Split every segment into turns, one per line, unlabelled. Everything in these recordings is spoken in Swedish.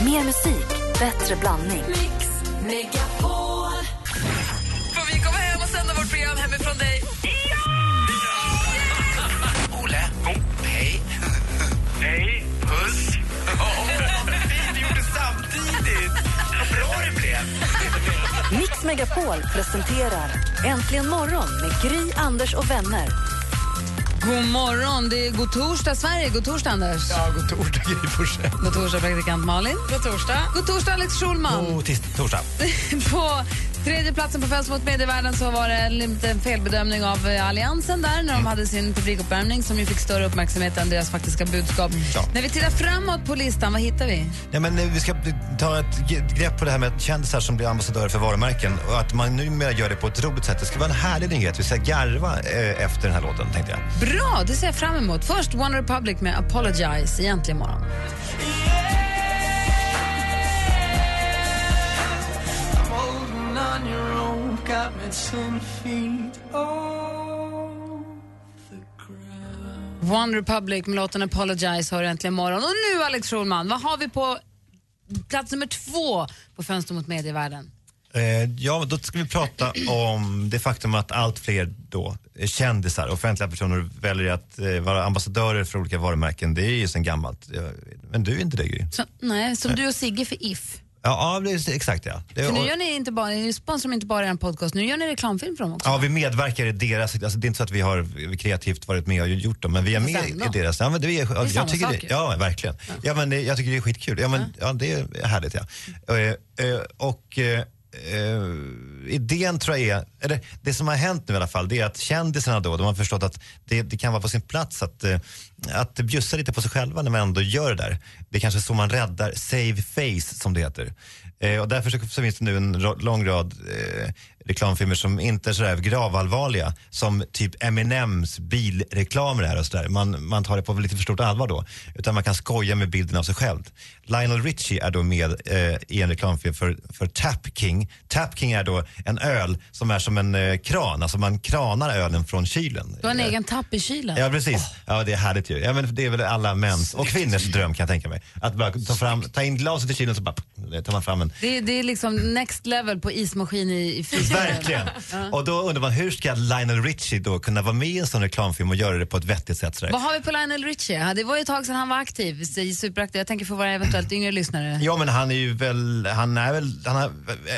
Mer musik, bättre blandning.
Mix Megapol. Får vi komma hem och sända vårt program hemifrån dig?
Ole. Hej. Hej. Puss. Åh, vad fint, ni gjorde det samtidigt. Vad bra det blev.
Mix Megapol presenterar Äntligen morgon med Gry, Anders och vänner.
God morgon, det är god torsdag Sverige. God torsdag Anders.
Ja, god torsdag Gry Forssell.
God torsdag praktikant Malin. God torsdag. God torsdag Alex Schulman.
God tis- torsdag.
På tredje platsen på Fest mot medievärlden så var det en liten felbedömning av eh, Alliansen där när de hade sin publikuppvärmning som ju fick större uppmärksamhet än deras faktiska budskap.
Ja.
När vi tittar framåt på listan, vad hittar vi?
Nej, men eh, vi ska ta ett g- grepp på det här med kändisar som blir ambassadörer för varumärken och att man numera gör det på ett roligt sätt. Det ska vara en härlig nyhet. Vi ska garva eh, efter den här låten, tänkte jag.
Bra, det ser jag fram emot. Först One Republic med Apologize i Äntligen morgon. One Republic med låten Apologize hör äntligen morgon. Och nu Alex Schulman, vad har vi på plats nummer två på Fönster mot medievärlden?
Eh, ja, men då ska vi prata om det faktum att allt fler då, eh, kändisar, offentliga personer väljer att eh, vara ambassadörer för olika varumärken. Det är ju sedan gammalt. Eh, Men du är inte det, Gry?
Så, nej, som du och Sigge för If.
Ja, ja det är, exakt ja. Det,
För nu
och-
gör ni inte bara, ni sponsrar inte bara en podcast, nu gör ni reklamfilm för dem också.
Ja, vi medverkar i deras, alltså det är inte så att vi har kreativt varit med och gjort dem, men vi är med
Fast ändå.
i deras. Ja, men det är, jag
samma
tycker
sak
det,
ju.
Ja, verkligen. Ja. men det, jag tycker det är skitkul. Ja, men, ja. det är härligt ja. Eh, eh, och eh, eh, idén tror jag är, eller det som har hänt nu i alla fall, det är att kändisarna då, de har förstått att det, det kan vara på sin plats att, eh, att bjussa lite på sig själva när man ändå gör det där. Det är kanske så man räddar save face som det heter. Eh, och därför så, så finns det nu en ra- lång rad eh, reklamfilmer som inte är sådär gravallvarliga som typ Eminems bilreklamer här och sådär. Man, man tar det på lite för stort allvar då. Utan man kan skoja med bilden av sig själv. Lionel Richie är då med eh, i en reklamfilm för, för Tap King. Tap King är då en öl som är som en eh, kran, alltså man kranar ölen från kylen.
Du har en egen tapp i kylen.
Ja, precis. Ja, det är härligt ju. Ja, men det är väl alla mäns och kvinnors dröm kan jag tänka mig. Att bara ta, fram, ta in glaset i kylen och så bara, pff, tar man fram en
Det, är- det är liksom next level på ismaskin i, i frysen.
Verkligen. Och då undrar man hur ska Lionel Richie då kunna vara med i en sån reklamfilm och göra det på ett vettigt sätt? Sådär.
Vad har vi på Lionel Richie? Ja, Det var ju ett tag sedan han var aktiv, så- superaktiv. Jag tänker för våra eventuellt yngre lyssnare.
Ja men han är ju väl, han är väl, han är,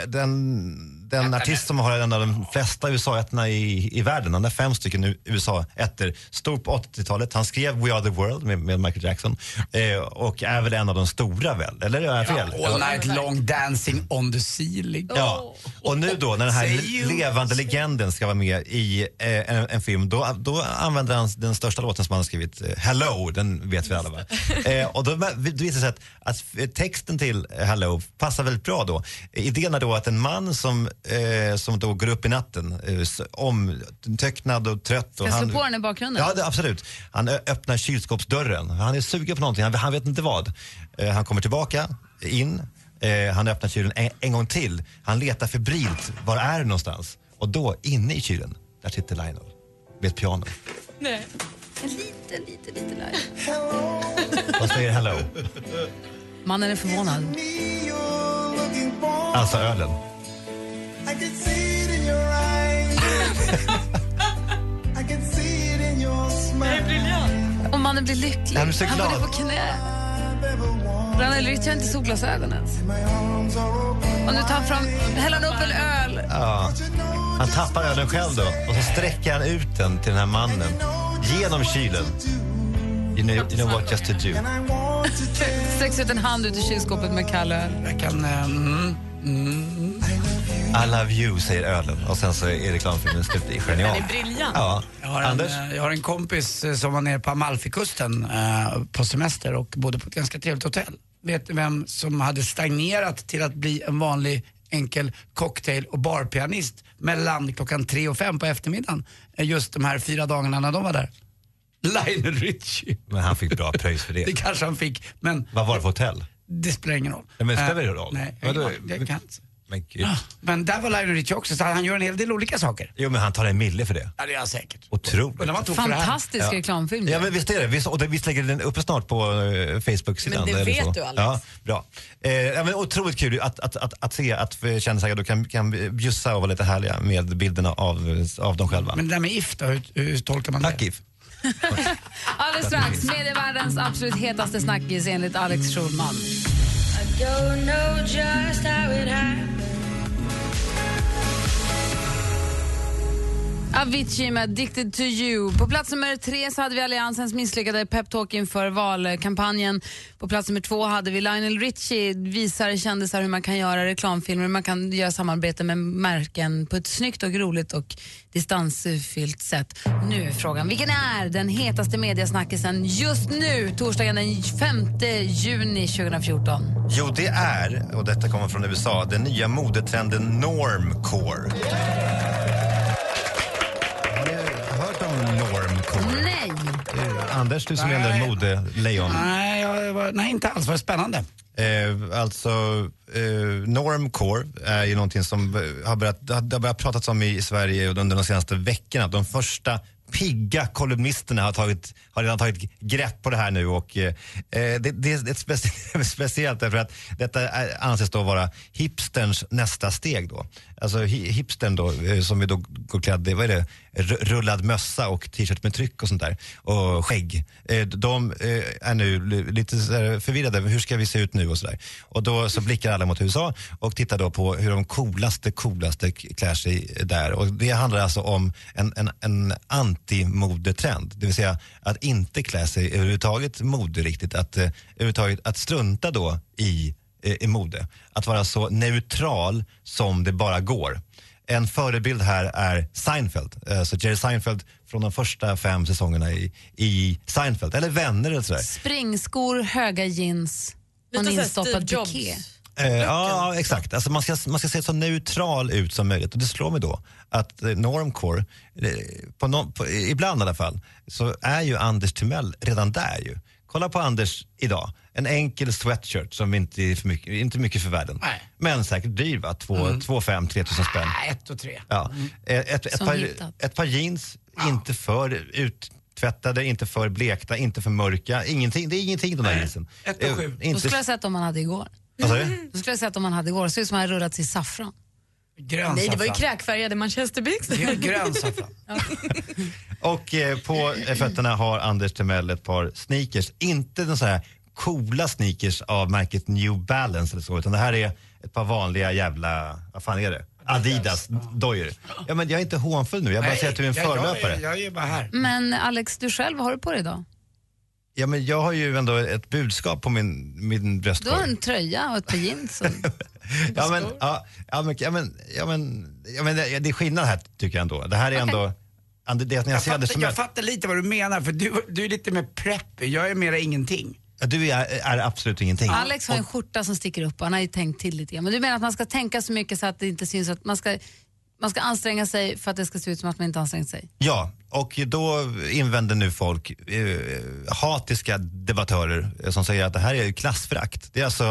den, den artist som har en av de flesta USA-ätterna i, i världen. Han har fem stycken USA-ätter. Stor på 80-talet. Han skrev We Are The World med, med Michael Jackson. Eh, och är väl en av de stora väl? Eller är jag fel?
All night long dancing on the ceiling.
Ja, och nu då när den här
Say you.
levande legenden ska vara med i eh, en, en film, då, då använder han den största låten som han har skrivit, eh, Hello, den vet vi alla va? Eh, och då vä- det visar sig att, att eh, texten till eh, Hello passar väldigt bra då. Eh, Idén är då att en man som, eh, som då går upp i natten, eh, s- omtöcknad och trött. Och
Ska jag slå på den i bakgrunden?
Ja, det, absolut. Han ö- öppnar kylskåpsdörren. Han är sugen på någonting, han, han vet inte vad. Eh, han kommer tillbaka, in. Eh, han öppnar kylen en, en gång till. Han letar febrilt. Var är du någonstans? Och då, inne i kylen, där sitter Lionel vid ett piano. Och säger hello.
Mannen är förvånad.
Alltså ölen.
Och mannen blir lycklig.
Jag blir så
han
glad.
går ner på knä. Lionel Richie har inte solglasögon ens. Och nu tar han fram, häller han upp en öl.
Ja. Han tappar ölen själv då och så sträcker han ut den till den här mannen genom kylen. You know, you know what just to do.
Sträcks ut en hand ut i kylskåpet med kall öl.
Jag kan... eh, Mm, mm.
I love you, säger ölen. Och sen så är reklamfilmen slut. Det är genialt. Den är briljant. Ja.
Jag har, en,
Anders?
eh, jag har en kompis eh, som var nere på Amalfikusten eh, på semester och bodde på ett ganska trevligt hotell. Vet du vem som hade stagnerat till att bli en vanlig enkel cocktail och barpianist mellan klockan tre och fem på eftermiddagen? eh, Just de här fyra dagarna när de var där. Lionel Richie.
Men han fick bra pröjs för det.
Det kanske han fick, men
Vad var det för hotell?
det spelar ingen roll.
Nej, men det
Eh,
spelar ingen roll.
Nej, jag,
Vadå?
jag, jag kan inte.
Men gud.
Men där var Lionel Richie också, så han gör en hel del Ah, olika saker.
Jo men han tar en mille för det.
Ja, det gör han säkert.
Otroligt.
Undrar vad han tog för det här.
Fantastisk reklamfilm.
Ja men visst är det. Visst, och det- visst lägger den uppe snart på eh, Facebook-sidan?
Men det
eller
vet
så.
du, Alex.
Ja, bra. Eh, ja, men otroligt kul att, att, att, att se att eh, kändisar då kan, kan bjussa och vara lite härliga med bilderna av, eh, av dem själva.
Men det där med if då, hur, hur tolkar man
Tack
det?
If.
Alldeles strax, medievärldens absolut hetaste snackis enligt Alex Schulman. Avicii med Addicted to you. På plats nummer tre så hade vi Alliansens misslyckade peptalk inför valkampanjen. På plats nummer två hade vi Lionel Richie visar kändisar hur man kan göra reklamfilmer, man kan göra samarbete med märken på ett snyggt och roligt och distansfyllt sätt. Nu är frågan, vilken är den hetaste mediasnackisen just nu, torsdagen den 5 juni 2014?
Jo, det är, och detta kommer från USA, den nya modetrenden normcore. Har ni hört om normcore?
Nej!
Eh, Anders, du som är en modelejon.
Nej, jag, var- nej, inte alls. Vad spännande.
Eh, alltså, eh, normcore är ju någonting som eh, har börjat, det har det har börjat pratats om i Sverige under de senaste veckorna. De första pigga kolumnisterna har, tagit, har redan tagit grepp på det här nu och eh, eh, det, det är ett specie- speciellt därför att detta är, anses då vara hipsterns nästa steg då. Alltså hi, hipstern då eh, som är då går klädd i, vad är det, Ru- rullad mössa och t-shirt med tryck och sånt där och skägg. Eh, De eh, är nu li- lite så här förvirrade. Hur ska vi se ut nu och sådär. Och då så blickar alla mot USA och tittar då på hur de coolaste, coolaste k- klär sig där. Och det handlar alltså om en, en, en antimodetrend. Det vill säga att inte klä sig överhuvudtaget moderiktigt. Att, eh, överhuvudtaget, att strunta då i, eh, i mode. Att vara så neutral som det bara går. En förebild här är Seinfeld. Eh, Så Jerry Seinfeld från de första fem säsongerna i, i Seinfeld. Eller Vänner eller sådär.
Springskor, höga jeans och en
Lite såhär
instoppad
Steve Jobs.
piké.
Eh, ja, exakt. Alltså man, ska, man ska se så neutral ut som möjligt. Och det slår mig då att eh, normcore, eh, på no, på, ibland i alla fall, så är ju Anders Timell redan där ju. Kolla på Anders idag. En enkel sweatshirt som inte är för mycket, inte mycket för världen.
Nej.
Men säkert dyr va? 2 5 3 000 spänn.
Nej, ett och tre.
Ja. Ett, ett, ett,
Som
par,
hittat.
ett par jeans, inte för uttvättade, inte för blekta, inte för mörka. Ingenting, det är ingenting de där jeansen.
Ett och
Eh,
sju.
Då skulle jag ha
Inte,
sett om man hade igår.
vad sa du?
Då skulle jag ha sett om man hade igår. Såg ut som han hade rullat i saffran.
Grön
Nej, det var ju
saffran.
kräkfärgade manchesterbyxor.
Grön- Grön saffran.
Och eh, på eh, fötterna har Anders Timell ett par sneakers. Inte den så här coola sneakers av märket New Balance eller så, utan det här är ett par vanliga jävla, vad fan är det? Adidas, dojor. Ja, men jag är inte hånfull nu, jag bara säger att du är en
jag-
förlöpare.
Jag, jag är ju bara här.
Men Alex, du själv, vad har du på dig idag?
Ja, men jag har ju ändå ett budskap på min, min
Du har
bröstkorg.
en tröja och ett par jeans. och-
Ja men, ja, ja, men, ja, men, ja, men, ja, men det det är skillnad här tycker jag ändå. Det här är ändå, Ander- det, är att när jag,
Jag
ser Anders
fattar,
Timell,
jag fattar lite vad du menar, för du, du är lite mer preppy. Jag är mera ingenting.
ja, du är, är absolut ingenting.
Alex har en skjorta som sticker upp och han har ju tänkt till lite grann. Men du menar att man ska tänka så mycket så att det inte syns att man ska, man ska anstränga sig för att det ska se ut som att man inte ansträngt sig.
Ja, och då invänder nu folk, eh, hatiska debattörer eh, som säger att det här är ju klassförakt. Det är alltså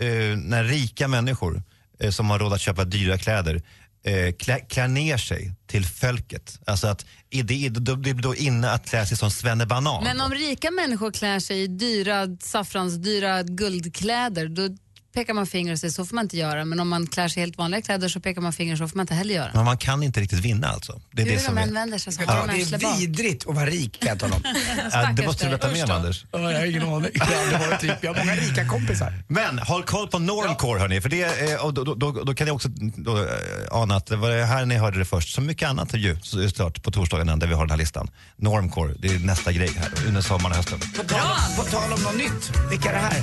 eh, när rika människor eh, som har råd att köpa dyra kläder eh, klä, klär ner sig till folket. Alltså att i det, då- det blir då inne att klä sig som svennebanan.
Men om rika människor klär sig i dyra saffransdyra guldkläder då pekar man finger och säger så får man inte göra. Men om man klär sig i helt vanliga kläder så pekar man finger så får man inte heller göra.
Men man kan inte riktigt vinna alltså. Det är
Hur
det
de
som
än
är...
vänder sig så
Det
har de
är
arsle bak.
vidrigt att vara rik kan jag tala om.
Ja, det
Stackars
måste du
dig.
berätta mer om Anders.
Ja, Jag har ingen aning. Jag har aldrig varit typ- jag har många rika kompisar.
Men håll koll på Normcore hörni, för det, eh, och då, då, då, då kan jag också då, eh, ana att det var det här ni hörde det först. Som mycket annat ju så- såklart på torsdagen där vi har den här listan. Normcore, det är nästa grej här under sommaren och hösten.
På tal, på tal om något nytt, vilka är det här?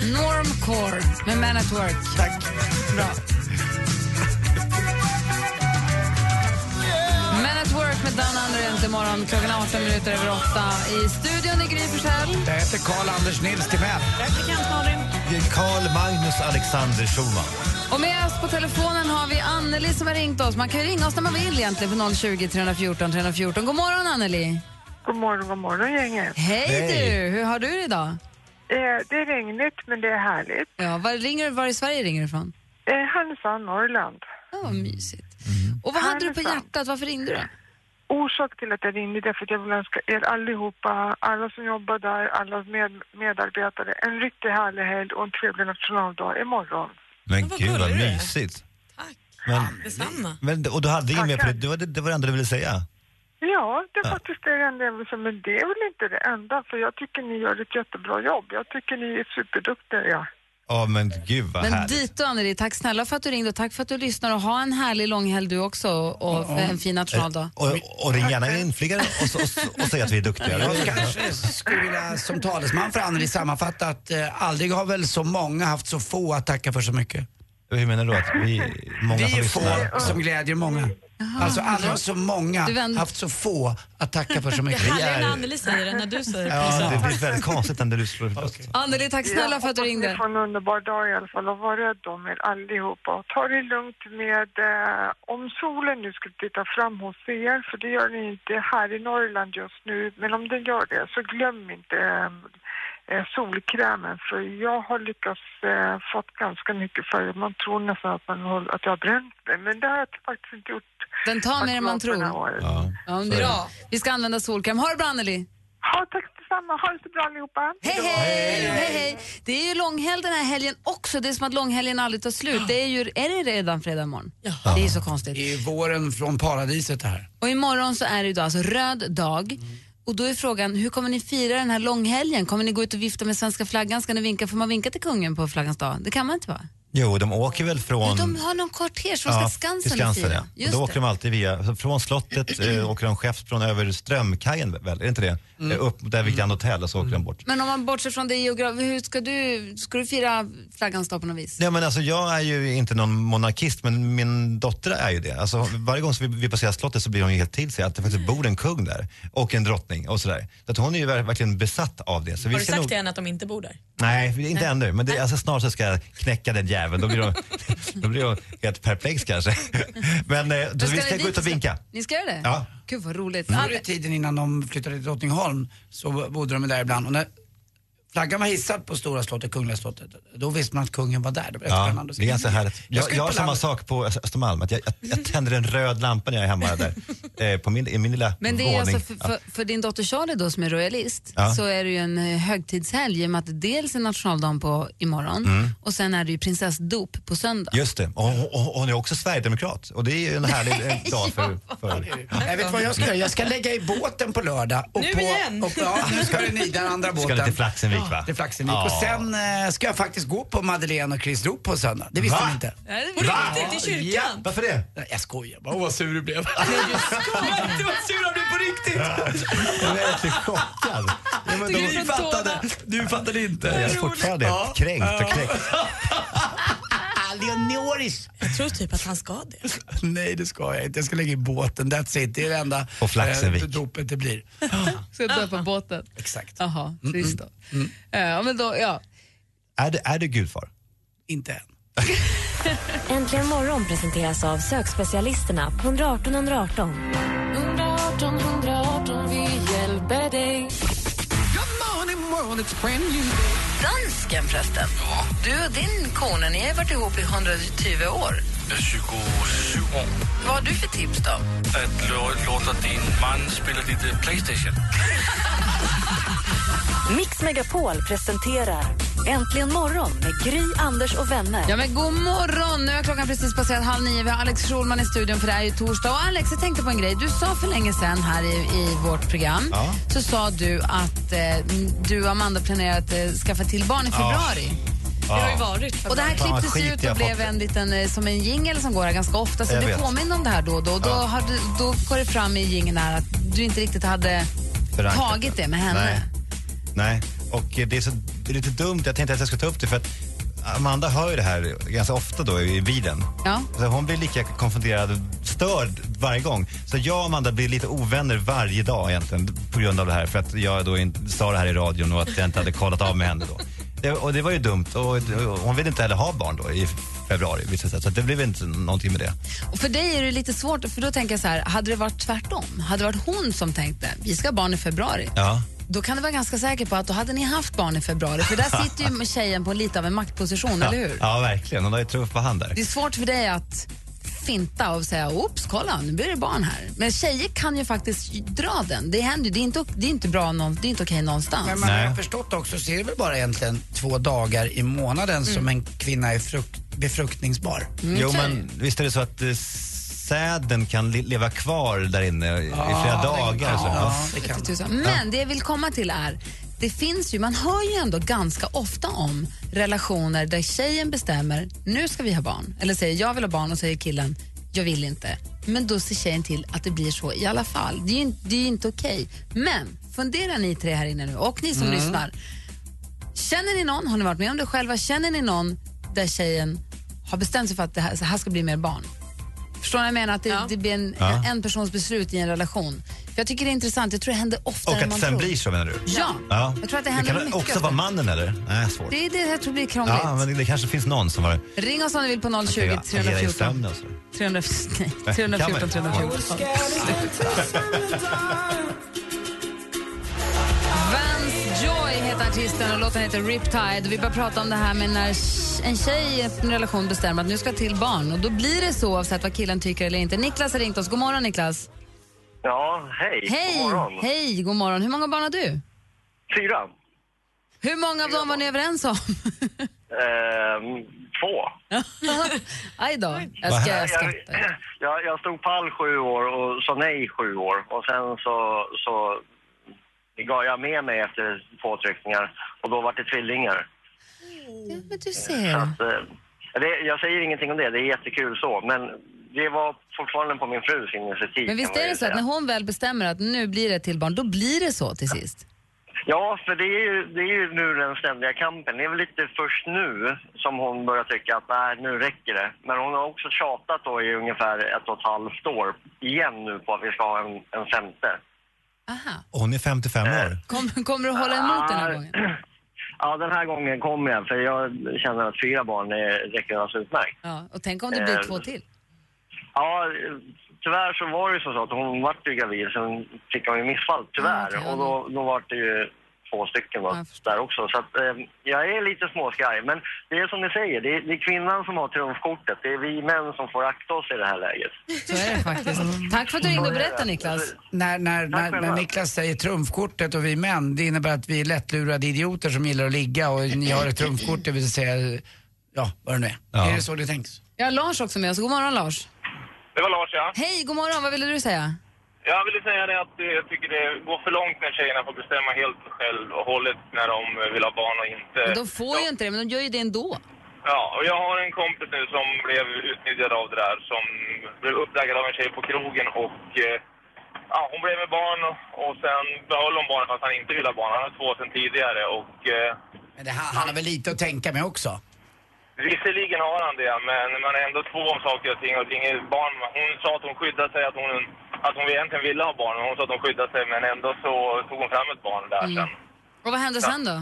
Normcore med Man at Work.
Tack. Bra.
Man at Work med Down Under är äntligen morgon. Klockan är 18 minuter över 8. I studion är Gry Forssell.
Jag heter Karl-Anders Nils Timell.
Karl Magnus Alexander Schulman.
Och med oss på telefonen har vi Anneli som har ringt oss. Man kan ju ringa oss när man vill egentligen på 020 314 314. God morgon Anneli!
God morgon, god morgon gänget.
Hej
Hej.
du! Hur har du det idag?
Eh, det är regnigt men det är härligt.
Ja, var ringer du? Var i Sverige ringer du ifrån?
Eh, Härnösand, Norrland.
Ja, vad mysigt. Och vad hade du på
Härnösand.
hjärtat? Varför ringde du då?
Orsak till att jag ringde därför att jag vill önska er allihopa, alla som jobbar där, alla med, medarbetare, en riktigt härlig helg och en trevlig nationaldag imorgon.
Men
vad
gud vad
gullig du är.
mysigt.
Tack.
Men,
Detsamma.
men, och du hade inget mer på det,
Tackar.
det var det, det var det enda du ville säga?
Ja, det är faktiskt det enda jag vill säga, men det är väl inte det enda för jag tycker ni gör ett jättebra jobb. Jag tycker ni är superduktiga. Ja.
Ja men gud vad
Men
härligt.
dit då, Anneli. Tack snälla för att du ringde och tack för att du lyssnar. Och ha en härlig långhelg du också och för en fin nationaldag.
Och, och ring gärna in flera och, så- och, så- och säg att vi är duktiga.
Jag kanske skulle vilja som talesman för Anneli sammanfatta att eh, aldrig har väl så många haft så få att tacka för så mycket.
Hur menar du? Att vi, många
Vi
som
är
lyssnar.
få som glädjer många. Alltså aldrig har så många
Du vänder-
haft så få att tacka för så
Det
mycket.
är härligare
är-
när Anneli säger det än när du säger det.
Ja,
Alltså.
det blir väldigt konstigt när du slår upp okay.
Anneli, tack snälla
Jag
för att du
hoppas
ringde.
Ni får en underbar dag i alla fall och var rädd om er allihopa. Och ta det lugnt med eh, om solen nu skulle titta fram hos er, för det gör ni inte här i Norrland just nu, men om den gör det så glöm inte eh, eh, solkrämen för jag har lyckats eh, fått ganska mycket färg. Man tror nästan att, man håller, att jag har bränt mig, men det har jag faktiskt inte gjort.
Den tar mer än man
Tack för det här
tror.
året.
ja.
Ja, bra. Vi ska använda solkräm. Ha det bra, Anneli.
Ja, tack detsamma. Ha det så bra allihopa.
Hej, hej! hej, hej. Det är ju långhelg den här helgen också. Det är som att långhelgen aldrig tar slut. Det är, ju, är det redan fredag morgon? Det är ju så konstigt.
Det är ju våren från paradiset det här.
Och imorgon så är det ju då alltså röd dag. Och då är frågan, hur kommer ni fira den här långhelgen? Kommer ni gå ut och vifta med svenska flaggan? Ska ni vinka? Får man vinka till kungen på flaggans dag? Det kan man inte va?
Jo, de åker väl från...
De har någon kortege, de ska
Ja,
Skansen,
till Skansen ja.
och fira.
och
Just
då åker
det.
de alltid via, så från slottet eh, åker de Skeppsbron över Strömkajen väl, är det inte det?
Mm.
Eh, Upp där vid Grand Hotel och så åker de bort.
Men om man bortser från det geografiskt, hur ska du, ska du fira flaggans dag på något vis?
Nej men alltså jag är ju inte någon monarkist men min dotter är ju det. Alltså varje gång som vi, vi passerar slottet så blir hon ju helt till sig att det faktiskt bor en kung där och en drottning och sådär. Så att hon är ju ver- verkligen besatt av det. Så vi
Har du
ska
sagt
nog-
till henne att de inte bor där?
Nej, vi- inte ännu. Men det, alltså, snart så ska jag knäcka den jäveln. Då blir hon, då blir hon helt perplex kanske. Men eh, då,
Men
vi
ni
ska gå
dit?
ut och vinka.
Ni ska göra det?
Ja.
Gud vad roligt.
Förr i tiden innan de flyttade till Drottningholm så bodde de där ibland. Och när flaggan var hissad på Stora slottet, Kungliga slottet, då visste man att kungen var där. Det var rätt
Ja,
spännande.
det är ganska härligt.
Jag ska
Jag,
ut
jag har
på
samma
landet.
sak på Öst- Östermalm. Att jag, jag, jag tänder en röd lampa när jag är hemma där. Eh, på min, I min lilla
Men det
våning.
är alltså för, för, för din dotter Charlie då som är royalist
Ja.
så är det ju en eh, högtidshelg i och med att det dels är nationaldagen på imorgon
Mm.
och sen är det ju prinsessdop på söndag.
ja, just det. Och, och, och hon är också sverigedemokrat. Och det är ju en härlig eh, dag för... för
Jag vet vad jag ska göra? Jag ska lägga i båten på lördag. Och
Nu
på,
igen?
Och, ja, nu ska den i den andra
ska
båten.
ni till Flaxenvik va?
till Flaxenvik. Och sen eh, ska jag faktiskt gå på Madeleine och Chris dop på söndag. Det visste
Va?
ni inte.
Nej, det var riktigt i kyrkan.
Varför det?
Nej, Jag skojar bara. Åh, vad sur du blev. Nej, du skojar inte. Vad sur han blev på riktigt.
Jag är verkligen chockad. Ja, men
Tycker
de,
du
Du fattade. Du fattade inte.
jag är fortfarande helt kränkt och knäckt.
Ah, Leonoris.
Jag tror typ att han ska det.
Nej, det ska jag inte. Jag ska lägga i båten. That's it. Det är det enda
Och Flaxenvik.
eh, dopet det blir. mm.
Ska dö på båten.
Exakt.
Jaha, trist då. Ja, men då ja.
Är, det, är du gudfar?
Inte än.
Äntligen morgon presenteras av sökspecialisterna på 118 118.
Dansken förresten. Du och din kone, ni har varit ihop i 120 år.
27 år.
Vad har du för tips då?
Att lå- låta din man spela lite øh, Playstation.
Mix Megapol presenterar Äntligen morgon med Gry, Anders och vänner.
Ja, men god morgon! Nu har klockan precis passerat halv nio. Vi har Alex Schulman i studion för det här är ju torsdag. Och Alex, jag tänkte på en grej. Du sa för länge sedan här i, i vårt program
Ja.
så sa du att eh, du och Amanda planerar att eh, skaffa till barn i februari.
Det har ju varit.
Och det här
Fan, vad
klipptes ju
skit
ut
jag
och
har
blev
fått.
en liten, eh, som en jingle som går här ganska ofta. Så
Jag
du
vet.
påminner om det här då och då. Och Då,
Ja.
har du, då går det fram i jingeln här att du inte riktigt hade
Förankrat
tagit det med henne.
Nej. Nej. Och eh, det är, så, det är lite dumt. Jag tänkte att jag ska ta upp det för att Amanda hör ju det här ganska ofta då i bilen.
Ja.
Så hon blir lika konfunderad, störd varje gång. Så jag och Amanda blir lite ovänner varje dag egentligen på grund av det här. För att jag då inte sa det här i radion och att jag inte hade kollat av med henne då. Det, och det var ju dumt. Och, och hon ville inte heller ha barn då i februari visst Så att det blev inte någonting med det.
Och för dig är det lite svårt, för då tänker jag så här, hade det varit tvärtom? Hade det varit hon som tänkte, vi ska ha barn i februari?
Ja.
då kan du vara ganska säker på att då hade ni haft barn i februari. För där sitter ju tjejen på lite av en maktposition, eller hur?
Ja, verkligen. Hon har ju truff på hand där.
Det är svårt för dig att finta och säga oops, kolla nu blir det barn här. Men tjejer kan ju faktiskt dra den. Det händer ju. Det är inte, det är inte bra, någon, det är inte okej någonstans.
Men man har
Nej.
jag förstått också så är det väl bara egentligen två dagar i månaden som en kvinna är frukt, befruktningsbar.
Jo, men visst är det så att eh, säden kan li- leva kvar där inne i i flera dagar. Så. Ja.
Ja, det kan.
30 000. Men det jag vill komma till är det finns ju, man hör ju ändå ganska ofta om relationer där tjejen bestämmer nu ska vi ha barn. Eller säger jag vill ha barn och säger killen jag vill inte. Men då ser tjejen till att det blir så i alla fall. Det är ju, in- det är ju inte okej. Men fundera ni tre här inne nu och ni som
Mm.
lyssnar. Känner ni någon, har ni varit med om det själva, känner ni någon där tjejen har bestämt sig för att det här, så här ska bli mer barn? Förstår ni vad jag menar? Att det,
Ja.
det blir en,
Ja.
en persons beslut i en relation. För jag tycker det är intressant, jag tror det händer oftare
Och att
än
det
man
sen
tror.
blir så, menar du?
Ja.
Ja.
jag tror att det
det
händer
kan
mycket.
också vara mannen, eller? Nej, svårt.
det är det jag tror blir krångligt.
Ja, men det, det kanske finns någon som har...
Ring oss om ni vill på
kan ju
020
agera i
314
sömn och så. Eh,
300, nej, 314
Kan man?
314. Vance Joy heter artisten och låten heter Riptide. Vi börjar prata om det här med när en tjej i en relation bestämmer att nu ska till barn och då blir det så oavsett vad killen tycker eller inte. Niklas har ringt oss. God morgon Niklas.
Ja, hej. God
Hej!
morgon.
Hej, god morgon. Hur många barn har du?
Fyra.
Hur många av dem var ni överens om?
Ehm, två.
Aj då. Jag
Vad
ska jag
Jag,
skrattar.
jag, jag stod pall sju år och sa nej sju år. Och sen så, så gav jag med mig efter påtryckningar och då var det tvillingar.
Ja, men du
Så
ser.
att, eh, det, jag säger ingenting om det, det är jättekul så. Men det var fortfarande på min frus initiativ.
Men visst
kan man
är
ju
det så att
säga.
när hon väl bestämmer att nu blir det till barn, då blir det så till sist?
Ja, för det är, ju, det är ju nu den ständiga kampen. Det är väl lite först nu som hon börjar tycka att nej, nu räcker det. Men hon har också tjatat då i ungefär ett och ett halvt år igen nu på att vi ska ha en, en femte.
Aha.
Och Hon är 55 år.
Kom, kommer du hålla emot den här
Ah,
gången?
Ja, den här gången kommer jag för jag känner att fyra barn är, räcker alldeles utmärkt.
Ja, och tänk om det blir
Eh,
två till?
Ja, tyvärr så var det ju så att hon vart ju gravid, sen fick hon ju missfall, tyvärr.
Ja, okej,
och då, då var det ju två stycken då,
Ja, jag förstår.
där också. Så att, eh, jag är lite småskraj, men det är som ni säger, det är, det är kvinnan som har trumfkortet. Det är vi män som får akta oss i det här läget.
Så är det faktiskt. Tack för att du ringde och berättade Niklas.
När, när, när, när
själva.
Niklas säger trumfkortet och vi män, det innebär att vi är lättlurade idioter som gillar att ligga och ni har ett trumfkort, det vill säga, ja, vad det nu är.
Ja.
Är det så det tänks?
Jag har Lars också med oss. God morgon Lars.
Det var Lars, ja.
Hej, god morgon. Vad ville du säga?
Jag ville säga det att jag tycker det går för långt när tjejerna får bestämma helt själv och hållet när de vill ha barn och inte.
De får ju inte det, men de gör ju det ändå.
Ja, och jag har en kompis nu som blev utnyttjad av det där, som blev uppdaggad av en tjej på krogen och eh, ja, hon blev med barn och, och sen behöll hon barnet fast han inte ville ha barn. Han har två sen tidigare och eh,
Men det, han han har väl lite att tänka med också?
visserligen har han det, men man är ändå två om saker och ting. Och ting är barn, hon sa att hon skyddade sig, att hon, att hon egentligen ville ha barn, och hon sa att hon skyddade sig, men ändå så tog hon fram ett barn där sen.
Mm. Och vad hände sen då?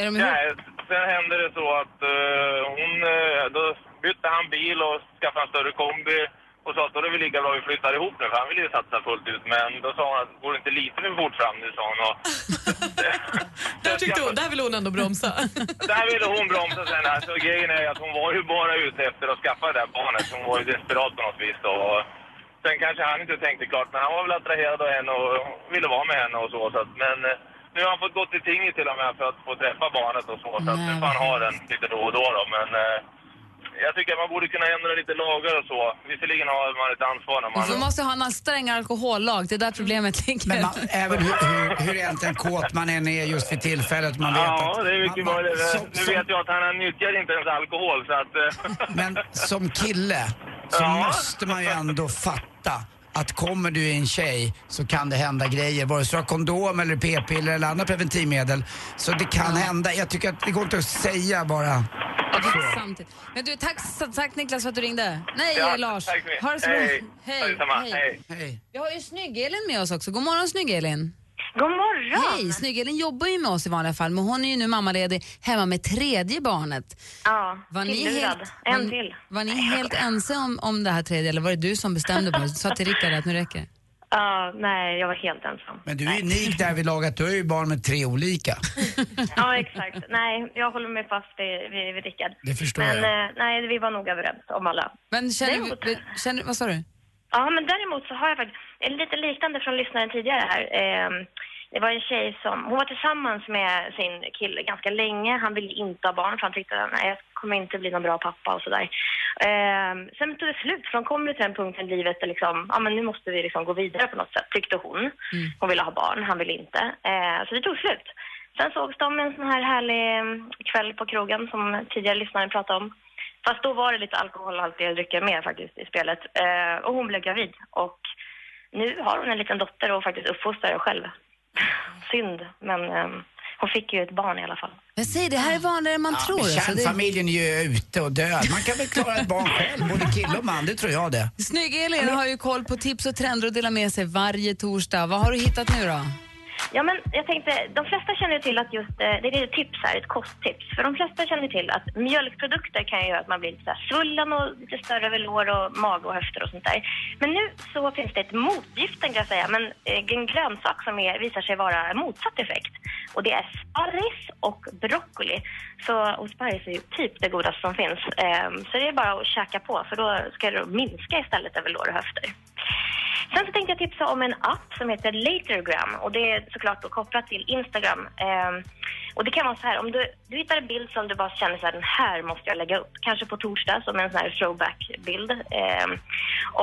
Är de ihop?
Nej, sen hände det så att eh, hon, eh, då bytte han bil och skaffade en större kombi och sa att då är det väl lika bra vi flyttar ihop nu för han ville ju satsa fullt ut men då sa hon att går det inte lite för fort fram nu sa hon och
Där, tyckte hon, där ville hon ändå bromsa.
där ville hon bromsa sen här så grejen är ju att hon var ju bara ute efter att skaffa det där barnet hon var ju desperat på något vis då och sen kanske han inte tänkte klart men han var väl attraherad av henne och ville vara med henne och så, så att, men eh, nu har han fått gå till tinget till och med för att få träffa barnet och så så att nu får han ha den lite då och då då men eh, jag tycker att man borde kunna ändra lite lagar och så. Visserligen har man ett ansvar när man...
Vi måste ha en strängare alkohollag, det är där problemet
Men
ligger.
man, även hur, hur, hur egentligen kåt man än är just vid tillfället, man vet
Ja,
att...
det är mycket
man- man-
möjligt.
som-
Nu
som-
vet jag att han nyttjar inte ens alkohol så att... eh,
Men som kille så
Ja.
måste man ju ändå fatta att kommer du i en tjej så kan det hända grejer. Vare sig du har kondom eller p-piller eller andra preventivmedel. Så det kan hända. Jag tycker att det går inte att säga bara.
Samtidigt. Men du, tack, tack Niklas för att du ringde. Nej,
Ja,
Lars.
tack så mycket.
Ha det så
Hej.
bra. Hej.
Detsamma. Hej.
Hej.
Vi har ju Snygg-Elin med oss också. God morgon Snygg-Elin.
God morgon!
Hej! Snygg-Elin jobbar ju med oss i vanliga fall, men hon är ju nu mammaledig hemma med tredje barnet.
Ja,
Var ni
tillurad.
helt,
En
var,
till.
var ni helt ense om, om det här tredje eller var det du som bestämde på det? Du sa till Rickard att nu räcker det.
Ja, nej, jag var helt ensam.
Men du är unik där vi lagat, du har ju barn med tre olika.
Ja, exakt. Nej, jag håller mig fast vid, vid, vid Rickard.
Det förstår
men,
jag.
eh, nej, vi var nog överens om alla.
Men känner, vi- känner, vad sa du?
Ja, men däremot så har jag faktiskt en lite liknande från lyssnaren tidigare här. Ehm, Det var en tjej som, hon var tillsammans med sin kille ganska länge. Han ville inte ha barn för han tyckte att nej, jag kommer inte bli någon bra pappa och sådär. Ehm, Sen tog det slut för de kom till den punkten i livet där liksom, ja men nu måste vi liksom gå vidare på något sätt, tyckte hon.
Mm.
Hon ville ha barn, han ville inte. Eh, Så det tog slut. Sen sågs de en sån här härlig eh, kväll på krogen som tidigare lyssnaren pratade om. Fast då var det lite alkoholhaltiga drycker med faktiskt i spelet. Eh, och hon blev gravid. Och nu har hon en liten dotter och faktiskt uppfostrar jag själv. Synd, men ehm, hon fick ju ett barn i alla fall.
Jag säger det här är vanligare än man tror.
Men
alltså. Det är-
Kärnfamiljen är ju ute och död. Man kan väl klara ett barn själv, både kille och man, det tror jag det.
Snygg-Elin har ju koll på tips och trender att dela med sig varje torsdag. Vad har du hittat nu då?
Ja, men jag tänkte, de flesta känner ju till att just, eh, det är ett tips här, ett kosttips. För de flesta känner ju till att mjölkprodukter kan ju göra att man blir lite så här svullen och lite större över lår och mage och höfter och sånt där. Men nu så finns det ett motgift, tänkte jag säga, men eh, en grönsak som är, visar sig vara en motsatt effekt. Och det är sparris och broccoli. Så, och sparris är ju typ det godaste som finns. Ehm, så det är bara att käka på, för då ska det minska istället över lår och höfter. Sen så tänkte jag tipsa om en app som heter Latergram och det är såklart då kopplat till Instagram. Ehm, och det kan vara så här, om du, du hittar en bild som du bara känner så här, den här måste jag lägga upp. Kanske på torsdag som en sån här throwback-bild. Ehm,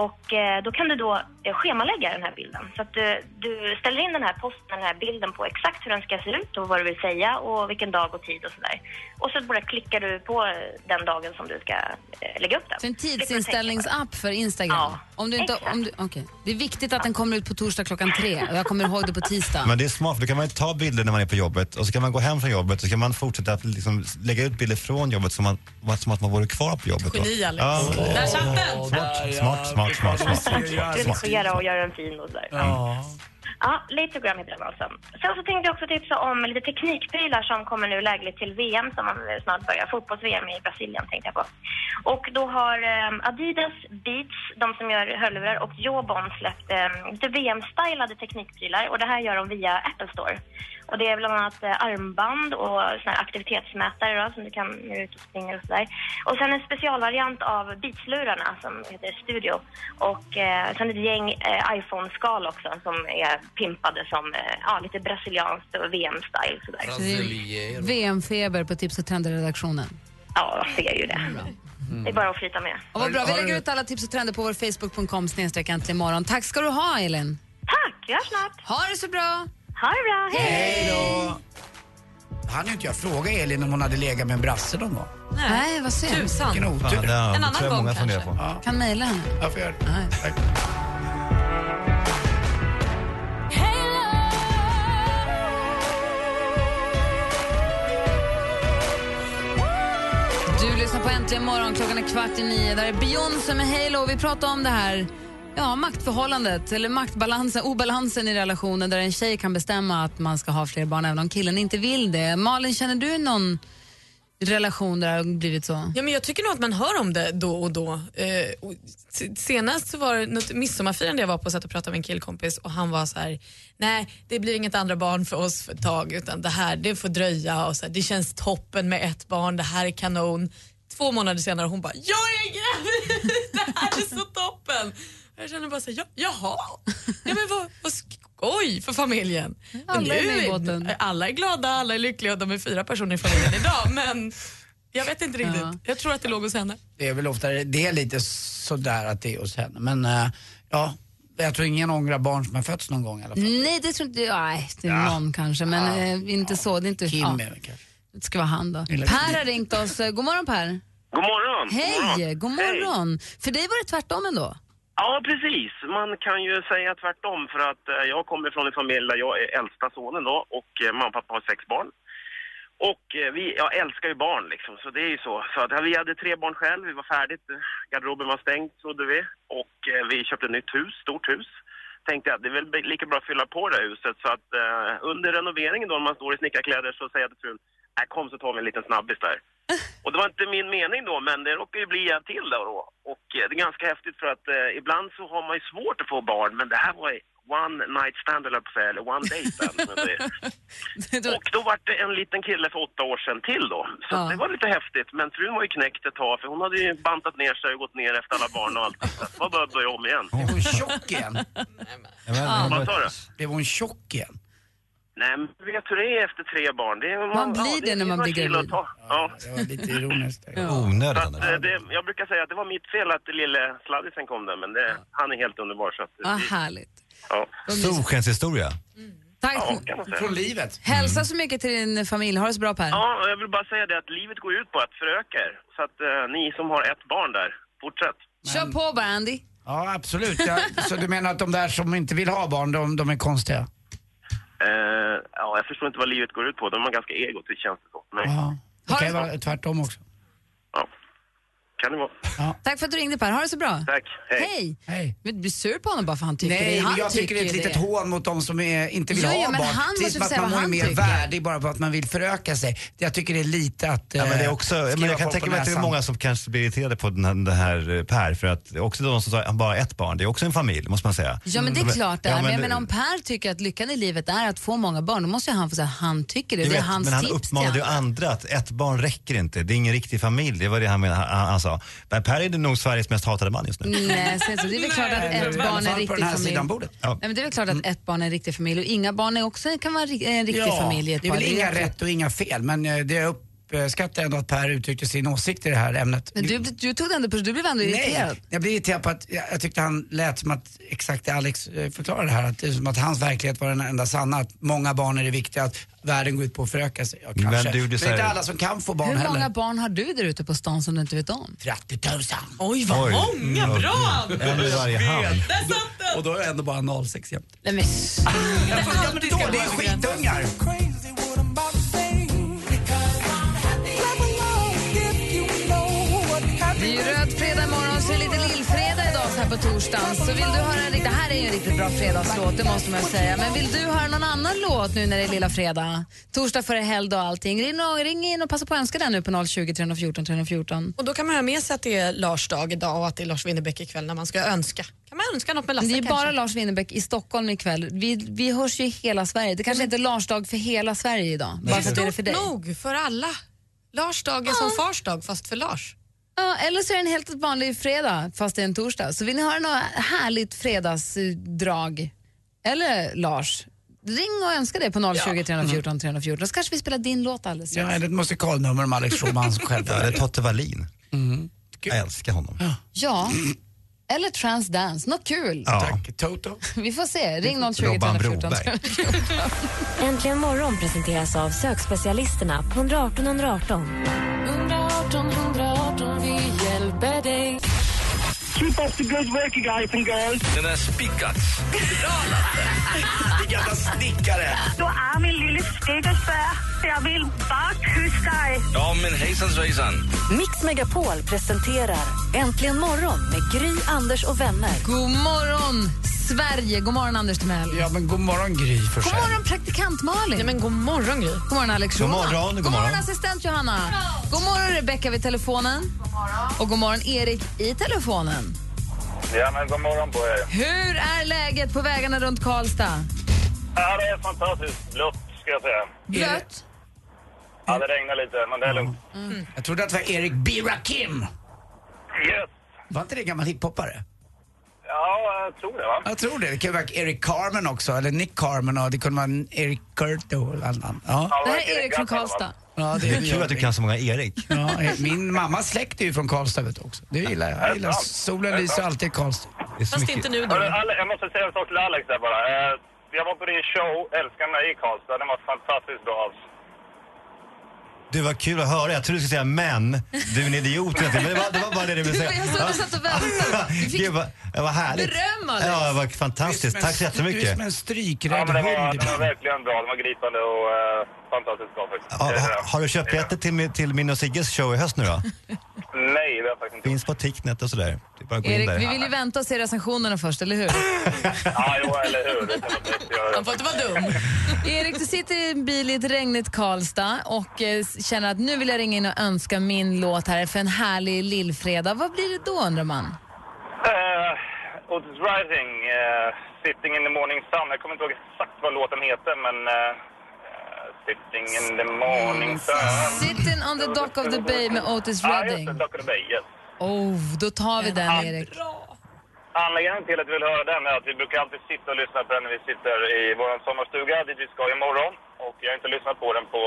och eh, då kan du då eh, schemalägga den här bilden. Så att du, du ställer in den här posten, den här bilden på exakt hur den ska se ut och vad du vill säga och vilken dag och tid och sådär. Och så bara klickar du på den dagen som du ska eh, lägga upp den.
Så en
Slipper du tänka på det.
tidsinställningsapp för Instagram?
Ja,
om du inte, om du, okej. Det är viktigt att den kommer ut på torsdag klockan tre och jag kommer ihåg det på tisdag.
Men det är smart, för då kan man ju ta bilder när man är på jobbet och så kan man gå hem från jobbet och så kan man fortsätta att liksom lägga ut bilder från jobbet som, man, som att man vore kvar på jobbet. då.
Geni, Alex.
Ja.
Där satt den!
Smart, smart, smart, smart, smart, smart, smart.
Redigera och göra den fin och sådär. Ja, Latogram heter den alltså. Sen så tänkte jag också tipsa om lite teknikprylar som kommer nu lägligt till VM som eh, snart börjar. Fotbolls-VM i Brasilien tänkte jag på. Och då har eh, Adidas, Beats, de som gör hörlurar och Jawbone släppt eh, lite VM-stylade teknikprylar och det här gör de via Apple Store. Och det är bland annat eh, armband och såna här aktivitetsmätare då, som du kan när du är ute och springer och sådär. Och sen en specialvariant av Beats-lurarna som heter Studio. Och eh, sen ett gäng eh, iPhone-skal också som är pimpade som eh, ja, lite brasilianskt och VM-style sådär.
VM-feber på tips och trender-redaktionen.
Ja, jag ser ju det. Det är bara att flyta med.
Och vad bra, vi lägger ut alla tips och trender på vår facebook.com snedstreck äntligen morgon. Tack ska du ha Elin.
Tack, vi hörs snart.
Ha det så bra.
Ha det bra,
Hej då! Han ju inte jag fråga Elin om hon hade legat med en brasse någon gång.
Nej, vad synd.
Vilken otur.
Ja, det har-
En annan tror jag gång många funderar
på. Ja.
Kan mejla henne.
Jag får göra det. Tack.
Du lyssnar på Äntligen morgon, klockan är kvart i nio. Där är Beyoncé med Halo. Vi pratar om det här ja, maktförhållandet, eller maktbalansen, obalansen i relationen där en tjej kan bestämma att man ska ha fler barn även om killen inte vill det. Malin, känner du någon relation där det har blivit så?
Ja, men jag tycker nog att man hör om det då och då. Eh, och s- senast så var det något midsommarfirande jag var på och satt och pratade med en killkompis och han var så här: nej det blir inget andra barn för oss för ett tag utan det här det får dröja och så här, det känns toppen med ett barn, det här är kanon. Två månader senare hon bara, jag är gravid, det här är så toppen. Och jag känner bara så här, "Ja, jaha, ja, men vad, vad skoj för familjen. Men
Alla är
nu
med i båten.
alla är glada, alla är lyckliga och de är fyra personer i familjen idag men jag vet inte riktigt. Jag tror att det låg hos henne.
Det är väl oftare, det är lite sådär att det är hos henne. Men eh, ja, jag tror ingen ångrar barn som har fötts någon gång i alla fall.
Nej, det tror inte jag. Nej, det är
Ja.
någon kanske, men
Ja.
eh, inte så. Det är inte...
Kim
ja.
är det kanske.
Det ska vara han då.
Lilla
Per har ringt oss. God morgon Per.
God morgon!
Hej, god morgon. För dig var det tvärtom ändå.
Ja, precis. Man kan ju säga tvärtom för att eh, jag kommer från en familj där jag är äldsta sonen då och eh, mamma och pappa har sex barn. Och eh, vi, jag älskar ju barn liksom, så det är ju så. Så att, eh, vi hade tre barn själv, vi var färdigt, eh, garderoben var stängd trodde vi. Och eh, vi köpte ett nytt hus, stort hus. Tänkte att det är väl be- lika bra att fylla på det här huset så att eh, under renoveringen då när man står i snickarkläder så säger jag till frun, äh, kom så tar vi en liten snabbis där. Och det var inte min mening då, men det råkade ju bli en till då. då. Och eh, det är ganska häftigt för att eh, ibland så har man ju svårt att få barn, men det här var one night stand höll jag på att säga, eller one day stand. som jag säger. Och då var det en liten kille för åtta år sedan till då. Så
Ja.
det var lite häftigt, men frun var ju knäckt ett tag för hon hade ju bantat ner sig och gått ner efter alla barn och allt. Så det var bara att börja om igen.
Blev hon tjock igen?
Vad sa du?
Blev hon tjock igen?
Nej, men du vet hur det är efter tre barn. Det är, man,
blir det när
är
man
några
blir
kilo
gravid.
att ta. Ja.
Det var lite ironiskt.
Onödigt.
Så att, eh, det, jag brukar säga att det var mitt fel att lille sladdisen kom där, men det, han är helt underbar. Så att,
Vad härligt.
ja.
Solskenshistoria.
Tack.
Från livet. Mm.
Hälsa så mycket till din familj. Ha det så bra Per.
Ja, och jag vill bara säga det att livet går ut på att föröka er. Så att eh, ni som har ett barn där, fortsätt.
Kör på bara Andy.
Ja, absolut. Ja, så du menar att de där som inte vill ha barn, de, de är konstiga?
Eh, ja, jag förstår inte vad livet går ut på. De är ganska ego, det känns det som. Men
Ja. Det kan ju vara tvärtom också.
kan det vara.
Tack för att du ringde Per. Ha det så bra.
Tack. Hej.
Hej.
Hej.
Men blir sur på honom bara för han tycker det.
Nej,
Han
men jag tycker det är ett
ju
litet hån mot de som är, inte vill
Jo,
ha
jo, men
barn.
han
Precis
måste
som att
säga
man
vad
är
han
mer
tycker.
värdig bara för att man vill föröka sig. Jag tycker det är lite att
Ja, men det är
eh,
också,
skriva
men jag kan
folk på
tänka mig att det är
näsan.
många som kanske blir irriterade på den här, den här eh, Per för att också de som sa bara ett barn, det är också en familj måste man säga. Mm.
Ja men det är klart det är.
Ja,
men, jag menar, om Per tycker att lyckan i livet är att få många barn, då måste ju han få säga att han tycker det.
jag
det är
vet,
hans
men han
tips
uppmanade ju
till andra.
andra att ett barn räcker inte, det är ingen riktig familj. Det var det han, menade, han, han sa. Men Per är nog Sveriges mest hatade man just nu.
Mm, Nej, säg så. Det är väl klart
Nej,
att ett
i alla
barn är
fall
en
på
riktig
den här
familj.
sidan bordet. Mm.
Ja.
Nej, men det är väl klart att ett barn är en riktig familj och inga barn är också, kan vara en ri- en riktig familj. i Ett
det är väl
par.
inga rätt och inga fel, men eh, det jag uppskattar ändå att Per uttryckte sin åsikt i det här ämnet.
Men du, du, tog det ändå, på- du blev ändå irriterad.
Nej, jag blir irriterad på att jag, jag tyckte han lät som att, exakt det Alex eh, förklarade här, att det är som att hans verklighet var den enda sanna, att många barn är det viktiga, att världen går ut på att föröka sig. Ja, kanske.
Men
Men,
du, det är
det
så
är
här-
inte alla som kan få barn
Hur
heller.
många barn har du där ute på stan som du inte vet om?
30 000.
Oj, vad
Oj.
många!
Bra!
En i varje hand.
Alltså-
Och då är jag ändå bara 06 jämt.
Nej, men...
Ja, men det är skitungar!
Det är ju röd fredag imorgon, så det är lite lillfredag idag så här på torsdagen. Så vill du höra en riktigt, det här är ju en riktigt bra fredagslåt, det måste man ju säga. Men vill du höra någon annan låt nu när det är lilla fredag? Torsdag före helg och allting. Ring, och, ring in och passa på att önska den nu på 020 314 314.
Och då kan man ha med sig att det är Lars dag idag och att det är Lars Winnerbäck ikväll när man ska önska. Kan man önska något med Lasse
Det är ju
kanske?
bara Lars Winnerbäck i Stockholm ikväll. Vi, vi hörs ju i hela Sverige. Det kanske inte är Lars dag för hela Sverige idag. Bara för att det är det för dig.
nog för alla. Lars dag är som fars dag fast för Lars.
Ja, eller så är det en helt vanlig fredag fast det är en torsdag. Så vill ni höra något härligt fredagsdrag eller Lars, ring och önska det på 020 314 314 så kanske vi spelar din låt alldeles
Mm. Ja,
strax.
det är ett musikalnummer om Alex Schulman som själv Mm.
Ja, det är Totte Wallin. Jag älskar honom.
Ja, eller Transdance, något kul.
Ja.
Tack, Toto.
Vi får se, ring 020
Robban
314
Broberg.
314.
Äntligen morgon presenteras av sökspecialisterna på 118 118.
Keep up the good work, you guys and girls.
Den är spikad.
Din gamla snickare.
Du är min lille stegelsbär. Jag vill bara kyssa dig.
Ja, men hejsan svejsan.
Mix Megapol presenterar Äntligen morgon med Gry, Anders och vänner.
God morgon Sverige, god morgon Anders Timell.
Ja, men god morgon Gry för
God morgon praktikant Malin.
Nej men god morgon Gry.
God morgon Alex
God
Schulman.
morgon, god
god morgon
morgon.
assistent Johanna. God morgon Rebecka vid telefonen. God morgon. Och god morgon Erik i telefonen.
Ja, men god morgon på er.
Hur är läget på vägarna runt Karlstad?
Ja, det är fantastiskt blött, ska jag säga.
Blött?
Ja, det regnar lite, men det är lugnt.
Mm. Jag trodde att det var Erik Birakim.
Yes!
Var inte det en gammal hiphoppare?
Ja, jag tror det, va?
Jag tror det. Det kan ju vara Eric Carmen också, eller Nick Carmen och det kunde vara en Eric Curto eller annan. Ja.
Ja,
Det här är
verkligen
Erik från
glatt i alla fall.
Karlstad.
Ja,
Det är kul att du kan så många Erik.
Ja, eh, min mammas släkt är ju från Karlstad vet du också. Det gillar jag. jag gillar. Solen lyser alltid i Karlstad.
Det är så
Fast
mycket.
inte nu
Hörru,
då.
Ale- jag måste säga en sak till Alex där bara. Eh, Jag var på din show, Älskarna i Karlstad. Den var fantastiskt bra.
Du, var kul att höra. Jag trodde du skulle säga men. Du är en idiot. Men det, var, det var bara det du ville
Du,
säga.
jag såg
Ja.
du satt och väntade. Du fick
Gud, vad, ja, vad härligt.
beröm, Alex.
Ja, det var
Du
fantastiskt.
är som en-
Tack så
Du är
jättemycket.
som en
Ja,
strykrädd
men den var,
hund.
den var verkligen bra. Den var gripande och eh, fantastiskt bra faktiskt.
Ja,
Det är
ha,
det.
har du köpt biljetter till, min- till min och Sigges show i höst nu då?
Nej, det har jag faktiskt inte.
Finns på Ticknet och sådär. Det är bara att gå in
Erik, vi
där.
vill ju vänta och se recensionerna först, eller hur?
Ja, jo, eller hur? Det kan man inte göra.
Man får inte vara dum.
Erik, du sitter i en bil i ett regnigt Karlstad och eh, känner att nu vill jag ringa in och önska min låt här för en härlig lillfredag. Vad blir det då undrar man?
Uh, Otis Rising, eh, Sitting in the morning sun. Jag kommer inte ihåg exakt vad låten heter, men... eh, sitting in the morning sun.
Sitting on the dock of the bay med Otis
Ja, just
Redding.
det. Duck of the Bay, yes.
Oh, då tar vi den, Erik.
Anledningen till att vi vill höra den är att vi brukar alltid sitta och lyssna på den när vi sitter i vår sommarstuga dit vi ska imorgon. Och jag har inte lyssnat på den på,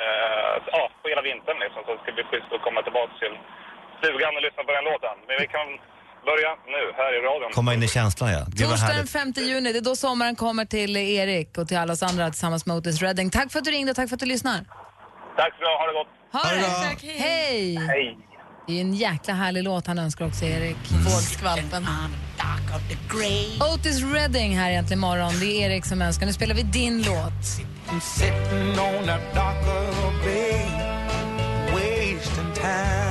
eh, ja, på hela vintern liksom. Så det ska bli schysst att komma tillbaka till stugan och lyssna på den låten. Men vi kan börja nu här i radion.
Komma in i känslan ja. Gud vad
Torsdag den
härligt.
5 juni, det är då sommaren kommer till Erik och till alla oss andra tillsammans med Otis Redding. Tack för att du ringde och tack för att du lyssnar.
Tack så mycket, ha det gott!
Ha det! Hej!
Hej!
Det är en jäkla härlig låt han önskar också, Erik.
Mm.
Vågskvalpen. Otis Redding här egentligen imorgon. Det är Erik som önskar. Nu spelar vi din låt.
I'm sitting on a dock of the bay, wasting time.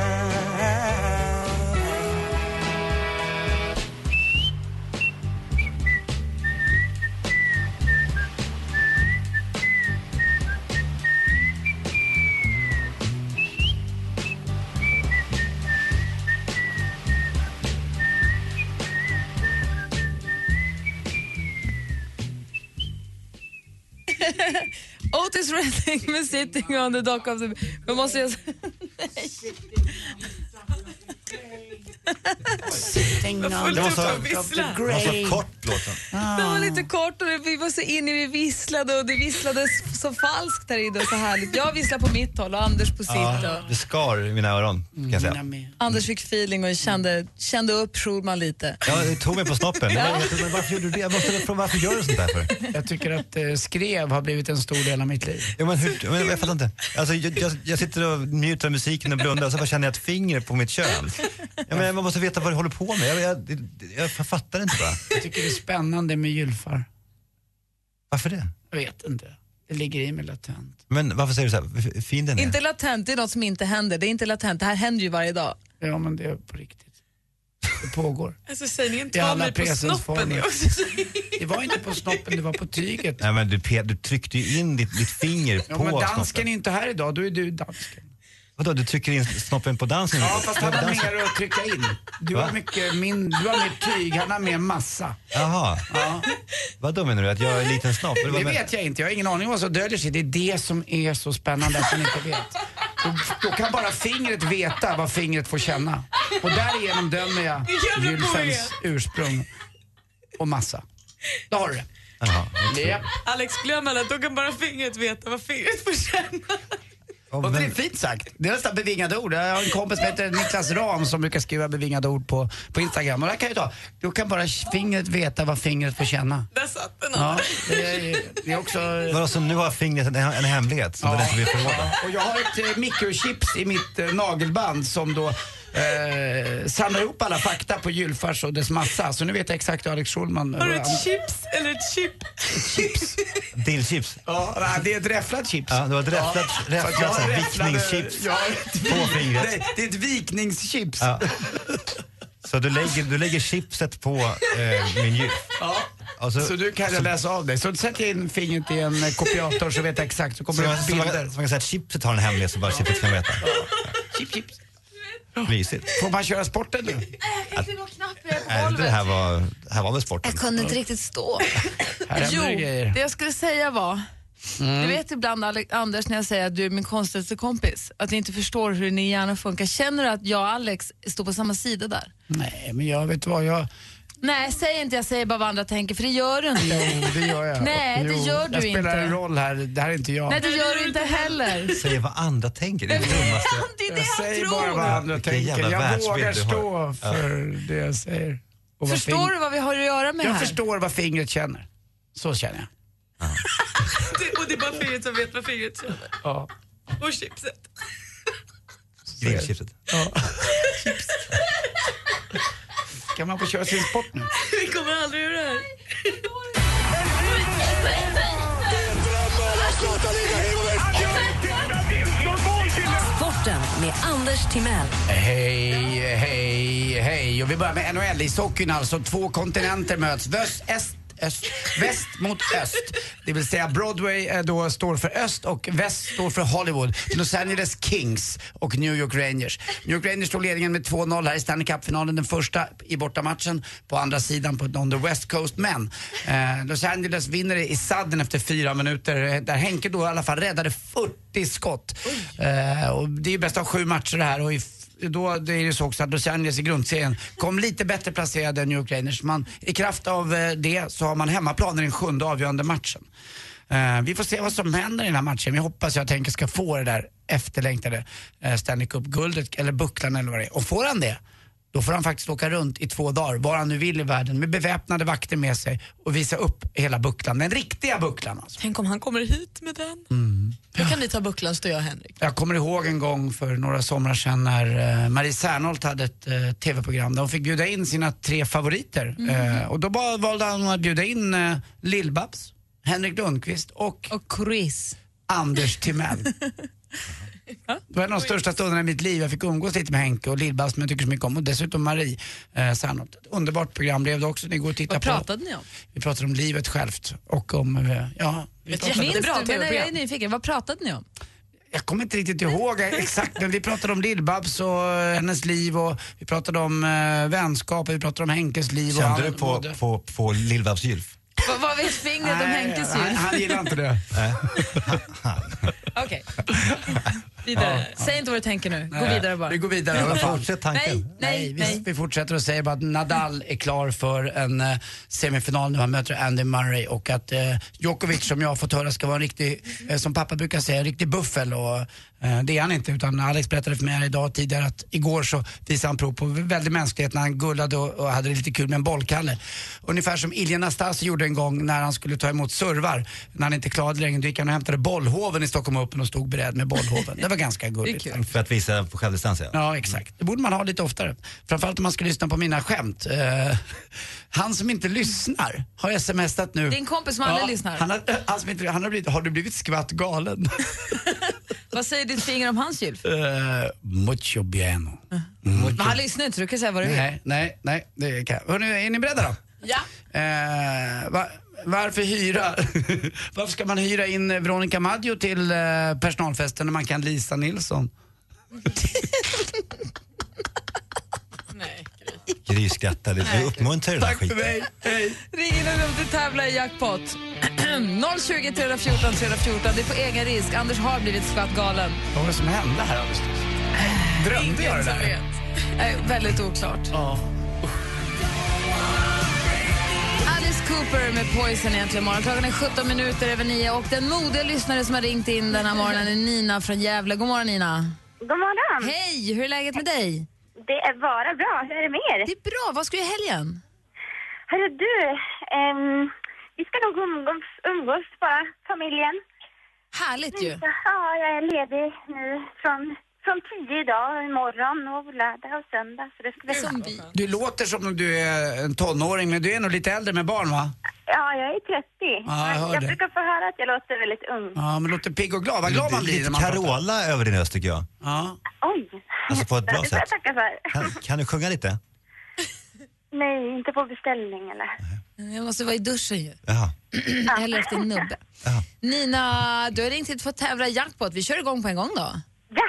Otis Redding med Sitting on the dock of the... Men måste jag...
Sitting
Jag
on
får
Det var så,
lite
upp och vissla.
det var så kort låten.
Det var lite kort och vi var så inne, vi visslade och det visslades så falskt här inne och så härligt. Jag visslar på mitt håll och Anders på sitt.
Ja,
Och
det skar i mina öron kan jag säga.
Anders fick feeling och kände, kände upp Schulman lite.
Ja, det tog mig på snoppen.
Ja.
Men, men varför gjorde du det? Jag måste fråga, varför gör du sånt där för?
Jag tycker att eh, skrev har blivit en stor del av mitt liv.
Ja, men hur, men jag fattar inte. Alltså, jag, jag, jag sitter och mutar musiken och blundar och så bara känner jag ett finger på mitt kön. Ja, men man måste veta vad du håller på med. Jag, jag, jag, jag fattar inte bara.
Jag tycker det är spännande med gylfar.
Varför det?
Jag vet inte. Det ligger i mig latent.
Men varför säger du så här? F- Fin den är.
Inte latent, det är något som inte händer. Det är inte latent, det här händer ju varje dag.
Ja, men det är på riktigt. Det pågår.
Alltså sägningen
I
ta
alla
mig på
presens
snoppen
former.
är också så
Det var inte på snoppen, det var på tyget.
Nej, men du, pe- du tryckte ju in ditt, ditt finger
Ja,
på
men dansken
snoppen.
är inte här idag, då är du dansken.
Vadå, du trycker in snoppen på dansen?
Ja, fast han har
Dansen-
mer att trycka in. Du
Va?
har, mycket min, du har mer tyg, han har mer massa.
Jaha.
Ja.
Vadå menar du? Att jag är en liten snopp? Eller vad
Det
men-
vet jag inte, jag har ingen aning om vad som döljer sig. Det är det som är så spännande att man inte vet. Då, då kan bara fingret veta vad fingret får känna. Och därigenom dömer jag
jävla
gylfens ursprung och massa. Då har du det.
Jaha.
Japp.
Alex, glöm alla, då kan bara fingret veta vad fingret får känna.
Och det är fint sagt. Det är nästan bevingade ord. Jag har en kompis som heter Niklas Ram som brukar skriva bevingade ord på, på Instagram. Och där kan jag ta. Då kan bara fingret veta vad fingret får känna.
Där satt den.
Ja, det är, det är också...
Vadå, så nu har fingret en, en hemlighet som den inte vill förråda?
Och jag har ett eh, mikrochips i mitt eh, nagelband som då eh, samlar ihop alla fakta på gylfars och dess massa. Så nu vet jag exakt hur Alex Schulman...
Har du ett chips eller ett chip?
chips?
Dillchips?
Ja, nej, det är ett räfflat chips.
Ja, det var ett räfflat-
Ja,
räfflat
för att jag
så här
räfflade-
vikningschips
jag har ett
på
vik-
fingret.
Nej, det är ett vikningschips.
Ja. Så du lägger, du lägger chipset på eh, min gylf?
Ja.
Alltså,
så du kan jag läsa av dig. Så sätter jag in fingret i en eh, kopiator så vet jag exakt. Så
Så
kommer det
man,
upp
så, man, så
bilder.
man kan säga att chipset har en hemlighet som bara chipset kan veta.
Chip, chips.
Mysigt.
Får man köra sporten nu?
Äh, det här var, det här var väl sporten?
Jag kunde inte riktigt stå.
Här händer
Jo,
det grejer. Mm.
det jag skulle säga var,
Mm.
du vet ibland Ale- Anders när jag säger att du är min konstigaste kompis, att jag inte förstår hur din hjärna funkar. Känner du att jag och Alex står på samma sida där?
Nej, men jag vet vad jag...
Nej, säg inte jag säger bara vad andra tänker, för det gör du inte.
Jo, det gör jag.
Nej, det
Jo,
gör du
jag spelar
inte.
en roll här. Det här är inte jag.
Nej, det gör du inte heller.
Säger vad andra tänker. Det är det dummaste.
Det är
jag
det
säger
jag
bara
tror.
vad andra
Vilken
tänker.
jävla
Jag
världsbild
vågar
du
stå
har.
för det jag säger. Och vad
Förstår du vad vi har att göra med
Jag
här?
förstår vad fingret känner. Så känner jag.
Det- Och det är bara fingret som vet vad fingret känner.
Ja.
Och chipset.
Grillchipset.
Kan man få köra sin sport nu?
Vi kommer aldrig ur det här.
Sporten med Anders Timell.
Hej, hej, hej. Och vi börjar med NHL-ishockeyn alltså. Två kontinenter möts. Väst, est, öst, väst mot öst. Det vill säga Broadway eh, då står för öst och väst står för Hollywood. Los Angeles Kings och New York Rangers. New York Rangers tog ledningen med 2-0 här i Stanley Cup-finalen, den första i bortamatchen på andra sidan på on the West Coast. Men eh, Los Angeles vinner i sadden efter fyra minuter eh, där Henke då i alla fall räddade 40 skott. Eh, och det är ju bäst av sju matcher det här och i då det är det så också att Los Angeles i grundserien kom lite bättre placerade än New York Rangers. Man, I kraft av eh, det så har man hemmaplan i den sjunde avgörande matchen. Eh, vi får se vad som händer i den här matchen. Vi hoppas jag tänker ska få det där efterlängtade uh, Stanley Cup-guldet, eller bucklan eller vad det är. Och får han det, då får han faktiskt åka runt i två dagar, var han nu vill i världen, med beväpnade vakter med sig och visa upp hela bucklan. Den riktiga bucklan alltså.
Tänk om han kommer hit med den.
Mm.
Då kan ni ta bucklan, så tar jag Henrik.
Jag kommer ihåg en gång för några somrar sedan när eh, Marie Serneholt hade ett eh, TV-program där hon fick bjuda in sina tre favoriter.
Mm.
Eh, och då bara valde hon att bjuda in eh, Lill-Babs, Henrik Lundqvist och,
och Chris.
Anders Timell. Det var en av de största stunderna i mitt liv. Jag fick umgås lite med Henke och Lill-Babs som jag tycker så mycket om och dessutom Marie eh, Serneholt. Ett underbart program blev det också. Ni går och tittar
Vad
på.
pratade ni om?
Vi pratade om livet självt och om, eh, ja. vi
Ett
pratade-
jättebra tv Jag är nyfiken, vad pratade ni om?
jag kommer inte riktigt ihåg exakt, men vi pratade om Lill-Babs och eh, hennes liv och vi pratade om eh, vänskap och vi pratade om Henkes liv. och
Kände
han
du på,
mådde-
på, på Lill-Babs gylf?
Vad- Vad vet fingret om
Nej,
Henkes
han-
jul?
han gillar inte det.
Okej. Vidare. Säg inte vad du tänker nu. Gå
Nej.
vidare bara.
Vi går vidare i alla fall. Fortsätt tanken.
Nej, nej,
vi,
nej.
vi fortsätter och säger bara att Nadal är klar för en eh, semifinal nu. Han möter Andy Murray och att eh, Djokovic som jag har fått höra ska vara en riktig, eh, som pappa brukar säga, en riktig buffel. Och, eh, det är han inte utan Alex berättade för mig här idag tidigare att igår så visade han prov på väldig mänsklighet när han gullade och, och hade det lite kul med en bollkalle. Ungefär som Ilja Nastasi gjorde en gång när han skulle ta emot servar. När han inte klarade längre då gick han och hämtade bollhoven i Stockholm Open och stod beredd med bollhoven. Det var ganska gulligt.
För att visa på självdistans ja.
Ja, exakt. Det borde man ha lite oftare. Framförallt om man ska lyssna på mina skämt. Eh, han som inte lyssnar har smsat nu.
Din kompis som aldrig lyssnar.
Han, har, eh, han, som inte, han har blivit, har du blivit skvatt galen?
Vad säger ditt finger om hans jul?
Eh, mucho bieno.
Men Han lyssnar inte, så du kan säga vad du vill.
Nej, nej, nej. Det kan. jag. Hörrni, är ni beredda då?
Ja.
Eh, va, varför hyra? varför ska man hyra in Veronica Maggio till eh, personalfesten när man kan Lisa Nilsson?
Gry skrattar lite. Vi uppmuntrar ju den här
Tack för
skiten.
mig. Hej.
Ring in och upp till tävla i jackpot. 020 314 314. Det är på egen risk. Anders har blivit skvatt galen.
Vad var det som hände här alldeles nyss? Drömde jag det
som
där?
Eh, väldigt oklart.
Ja.
Alice Cooper med Poison egentligen imorgon. Klockan är 17 minuter över 9 och den modiga lyssnare som har ringt in den här morgonen är Nina från Gävle. God morgon Nina.
God morgon!
Hej, hur är läget med dig?
Det är bara bra. Hur är det med er?
Det är bra, vad ska du i helgen?
Hörru du, ehm, vi ska nog umgås, umgås bara, familjen.
Härligt ju.
Ja, jag är ledig nu från, från tio idag och imorgon och lördag och söndag. Så det ska bli som vi.
Du låter som om du är en tonåring, men du är nog lite äldre med barn va?
Ja, jag är 30.
Ja, jag hör
jag
det.
brukar få höra att jag låter väldigt ung.
Ja, men låter pigg och glad. Vad glad man
Lite,
blir när
lite
man pratar.
Carola över din röst tycker jag.
Ja.
Oj!
Alltså på ett bra
det får jag
sätt.
tacka för.
Kan, kan du sjunga lite?
Nej, inte på beställning eller?
Jag måste vara i duschen ju.
Jaha.
Eller efter en nubbe. Nina, du har ringt hit för att tävla i jackpot. Vi kör igång på en gång då.
Ja!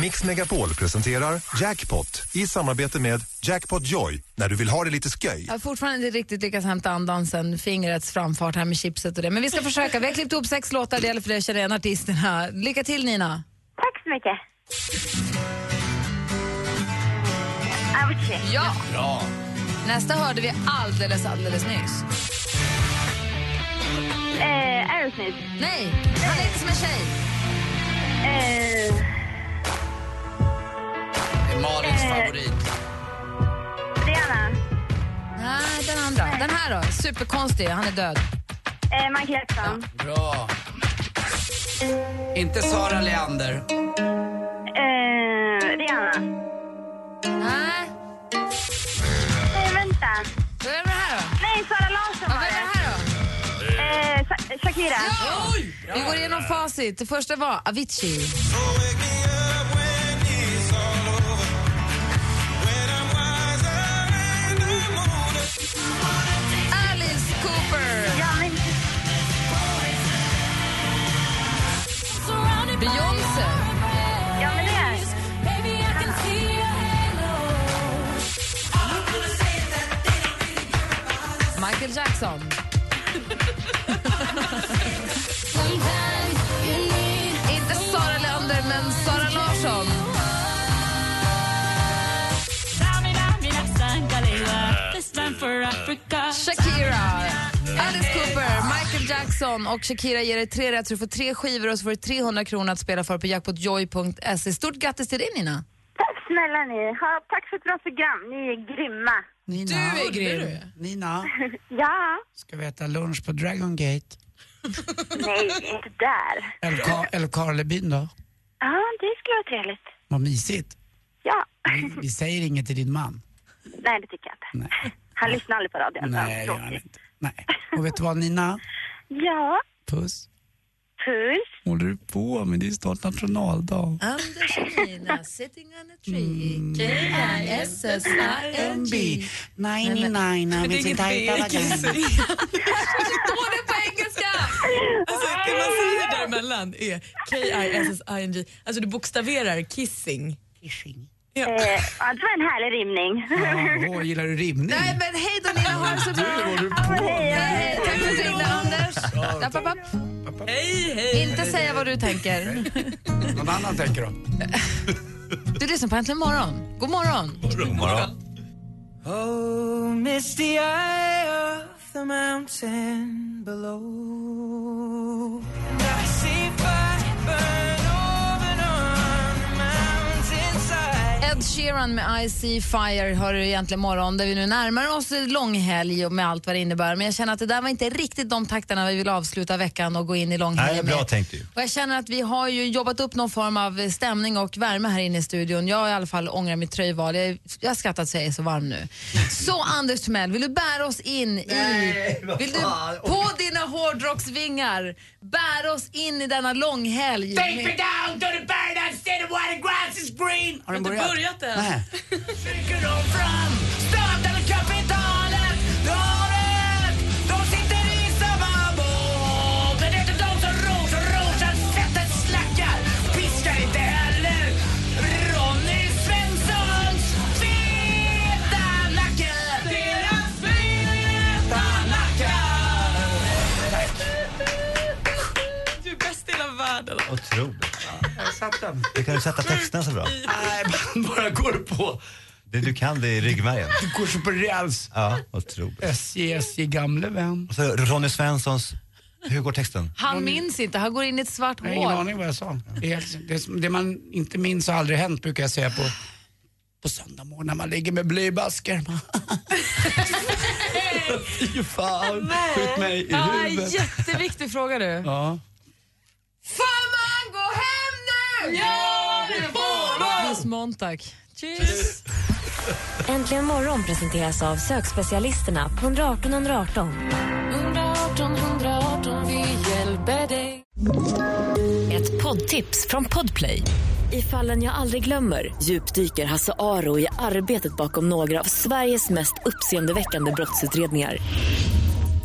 Mix Megapol presenterar Jackpot i samarbete med Jackpot Joy när du vill ha det lite sköj.
Jag har fortfarande inte riktigt lyckats hämta andan sen fingrets framfart här med chipset och det. Men vi ska försöka. Vi har klippt ihop sex låtar. Det gäller för dig att känna igen artisterna. Lycka till Nina.
Tack så mycket. Avicii.
Ja!
Bra.
Nästa hörde vi alldeles, alldeles nyss.
Eh, Aerosmith.
Nej, han är inte som en tjej.
Eh,
Det är Malins favorit.
Rihanna.
Nej, den andra. Den här då? Superkonstig. Han är död.
Eh, Michael Jackson.
Bra. Inte Sara Leander.
Eh, Rihanna.
Nej,
Nej, vänta.
vad är det här då?
Nej, Sara Larsson
Ja,
var
vad är det
det.
här då?
Eh, Sha- Shakira.
Vi går igenom facit. Det första var Avicii. Mattsson. Inte Sara Leander, men Sara Larsson. Shakira, Alice Cooper, Michael Jackson och Shakira ger dig tre rätt så du får tre skivor och så får du 300 kronor att spela för på jackpotjoy.se. Stort grattis till dig Nina!
Tack snälla ni. Ha, tack för ett bra program. Ni är grymma.
Nina. Du är grym.
Nina,
ja.
ska vi äta lunch på Dragon Gate?
Nej, inte där.
Eller Ka- eller Karlebyn då?
Ja, det skulle vara trevligt.
Vad mysigt.
Ja.
Vi, vi säger inget till din man.
Nej, det tycker jag inte. Han lyssnar aldrig på alltså. radion. så
Nej, det gör han
tråkigt.
inte. Nej. Och vet du vad Nina?
Ja,
Puss.
puss.
håller du på med? Det är snart nationaldag.
Nina, sitting on a tree.
Mm.
K-I-S-S-I-N-G. Nej, nej, nej, nej.
Det är inget
nej.
Dålig på engelska!
Alltså, det man säger däremellan är K-I-S-S-I-N-G. Alltså du bokstaverar kissing.
Kissing.
Ja.
Eh, ja, det var en härlig rimning.
Åh, gillar du rimning?
Nej men hej då Nina, ha det så bra!
du på med?
Hej, Tack för att du ringde Anders. App, app, app.
Hej,
Inte säga vad du tänker.
Någon annan tänker då?
Du lyssnar på Äntligen morgon. God morgon!
God morgon.
Oh, misty eye of the mountain below. And I see fire burn over and on the mountainside.
Ed Sheeran med I See Fire hör du egentligen morgon där vi nu närmar oss långhelg och med allt vad det innebär. Men jag känner att det där var inte riktigt de takterna vi vill avsluta veckan och gå in i
Nej,
långhelgen
bra
med.
tänkt ju.
Och jag känner att vi har ju jobbat upp någon form av stämning och värme här inne i studion. Jag i alla fall ångrar mitt tröjval. Jag, jag har skrattat så jag är så varm nu. Så Anders Timell, vill du bära oss in i...
Nej, vad
vill du
fan.
på dina hårdrocksvingar bära oss in i denna långhelg?
Take
med-
me down to the paradise city where the grass is green.
Har den börjat?
än.
Nej.
Sticker de fram, staden och kapitalet. De har rätt, de sitter i samma båt. Men det är inte de som ror, för rosans fettet slackar. Piskar inte heller Ronny Svenssons feta nacke. Deras feta nackar.
Du är bäst i hela världen.
Otroligt.
Jag satt den.
Du kan ju sätta texterna så bra.
Nej, man bara går på.
Det du kan det i ryggmärgen.
Du går så på räls.
Ja, otroligt.
SJ, SJ, gamle vän.
Och så Ronny Svenssons, hur går texten?
Han minns inte, han går in i ett svart
Jag har ingen
hål.
aning vad jag sa. Det, är helt- det, som- det man inte minns har aldrig hänt brukar jag säga på, på söndag morgon när man ligger med blybasker. Man- Fy fan, skjut mig i
Ja,
huvudet.
jätteviktig fråga du.
Ja.
Får man gå hem nu? Ja, det får man! Miss Montag. Cheers!
Äntligen morgon presenteras av sökspecialisterna på 118 118.
118 118, vi hjälper dig.
Ett poddtips från Podplay.
I fallen jag aldrig glömmer djupdyker Hasse Aro i arbetet bakom några av Sveriges mest uppseendeväckande brottsutredningar.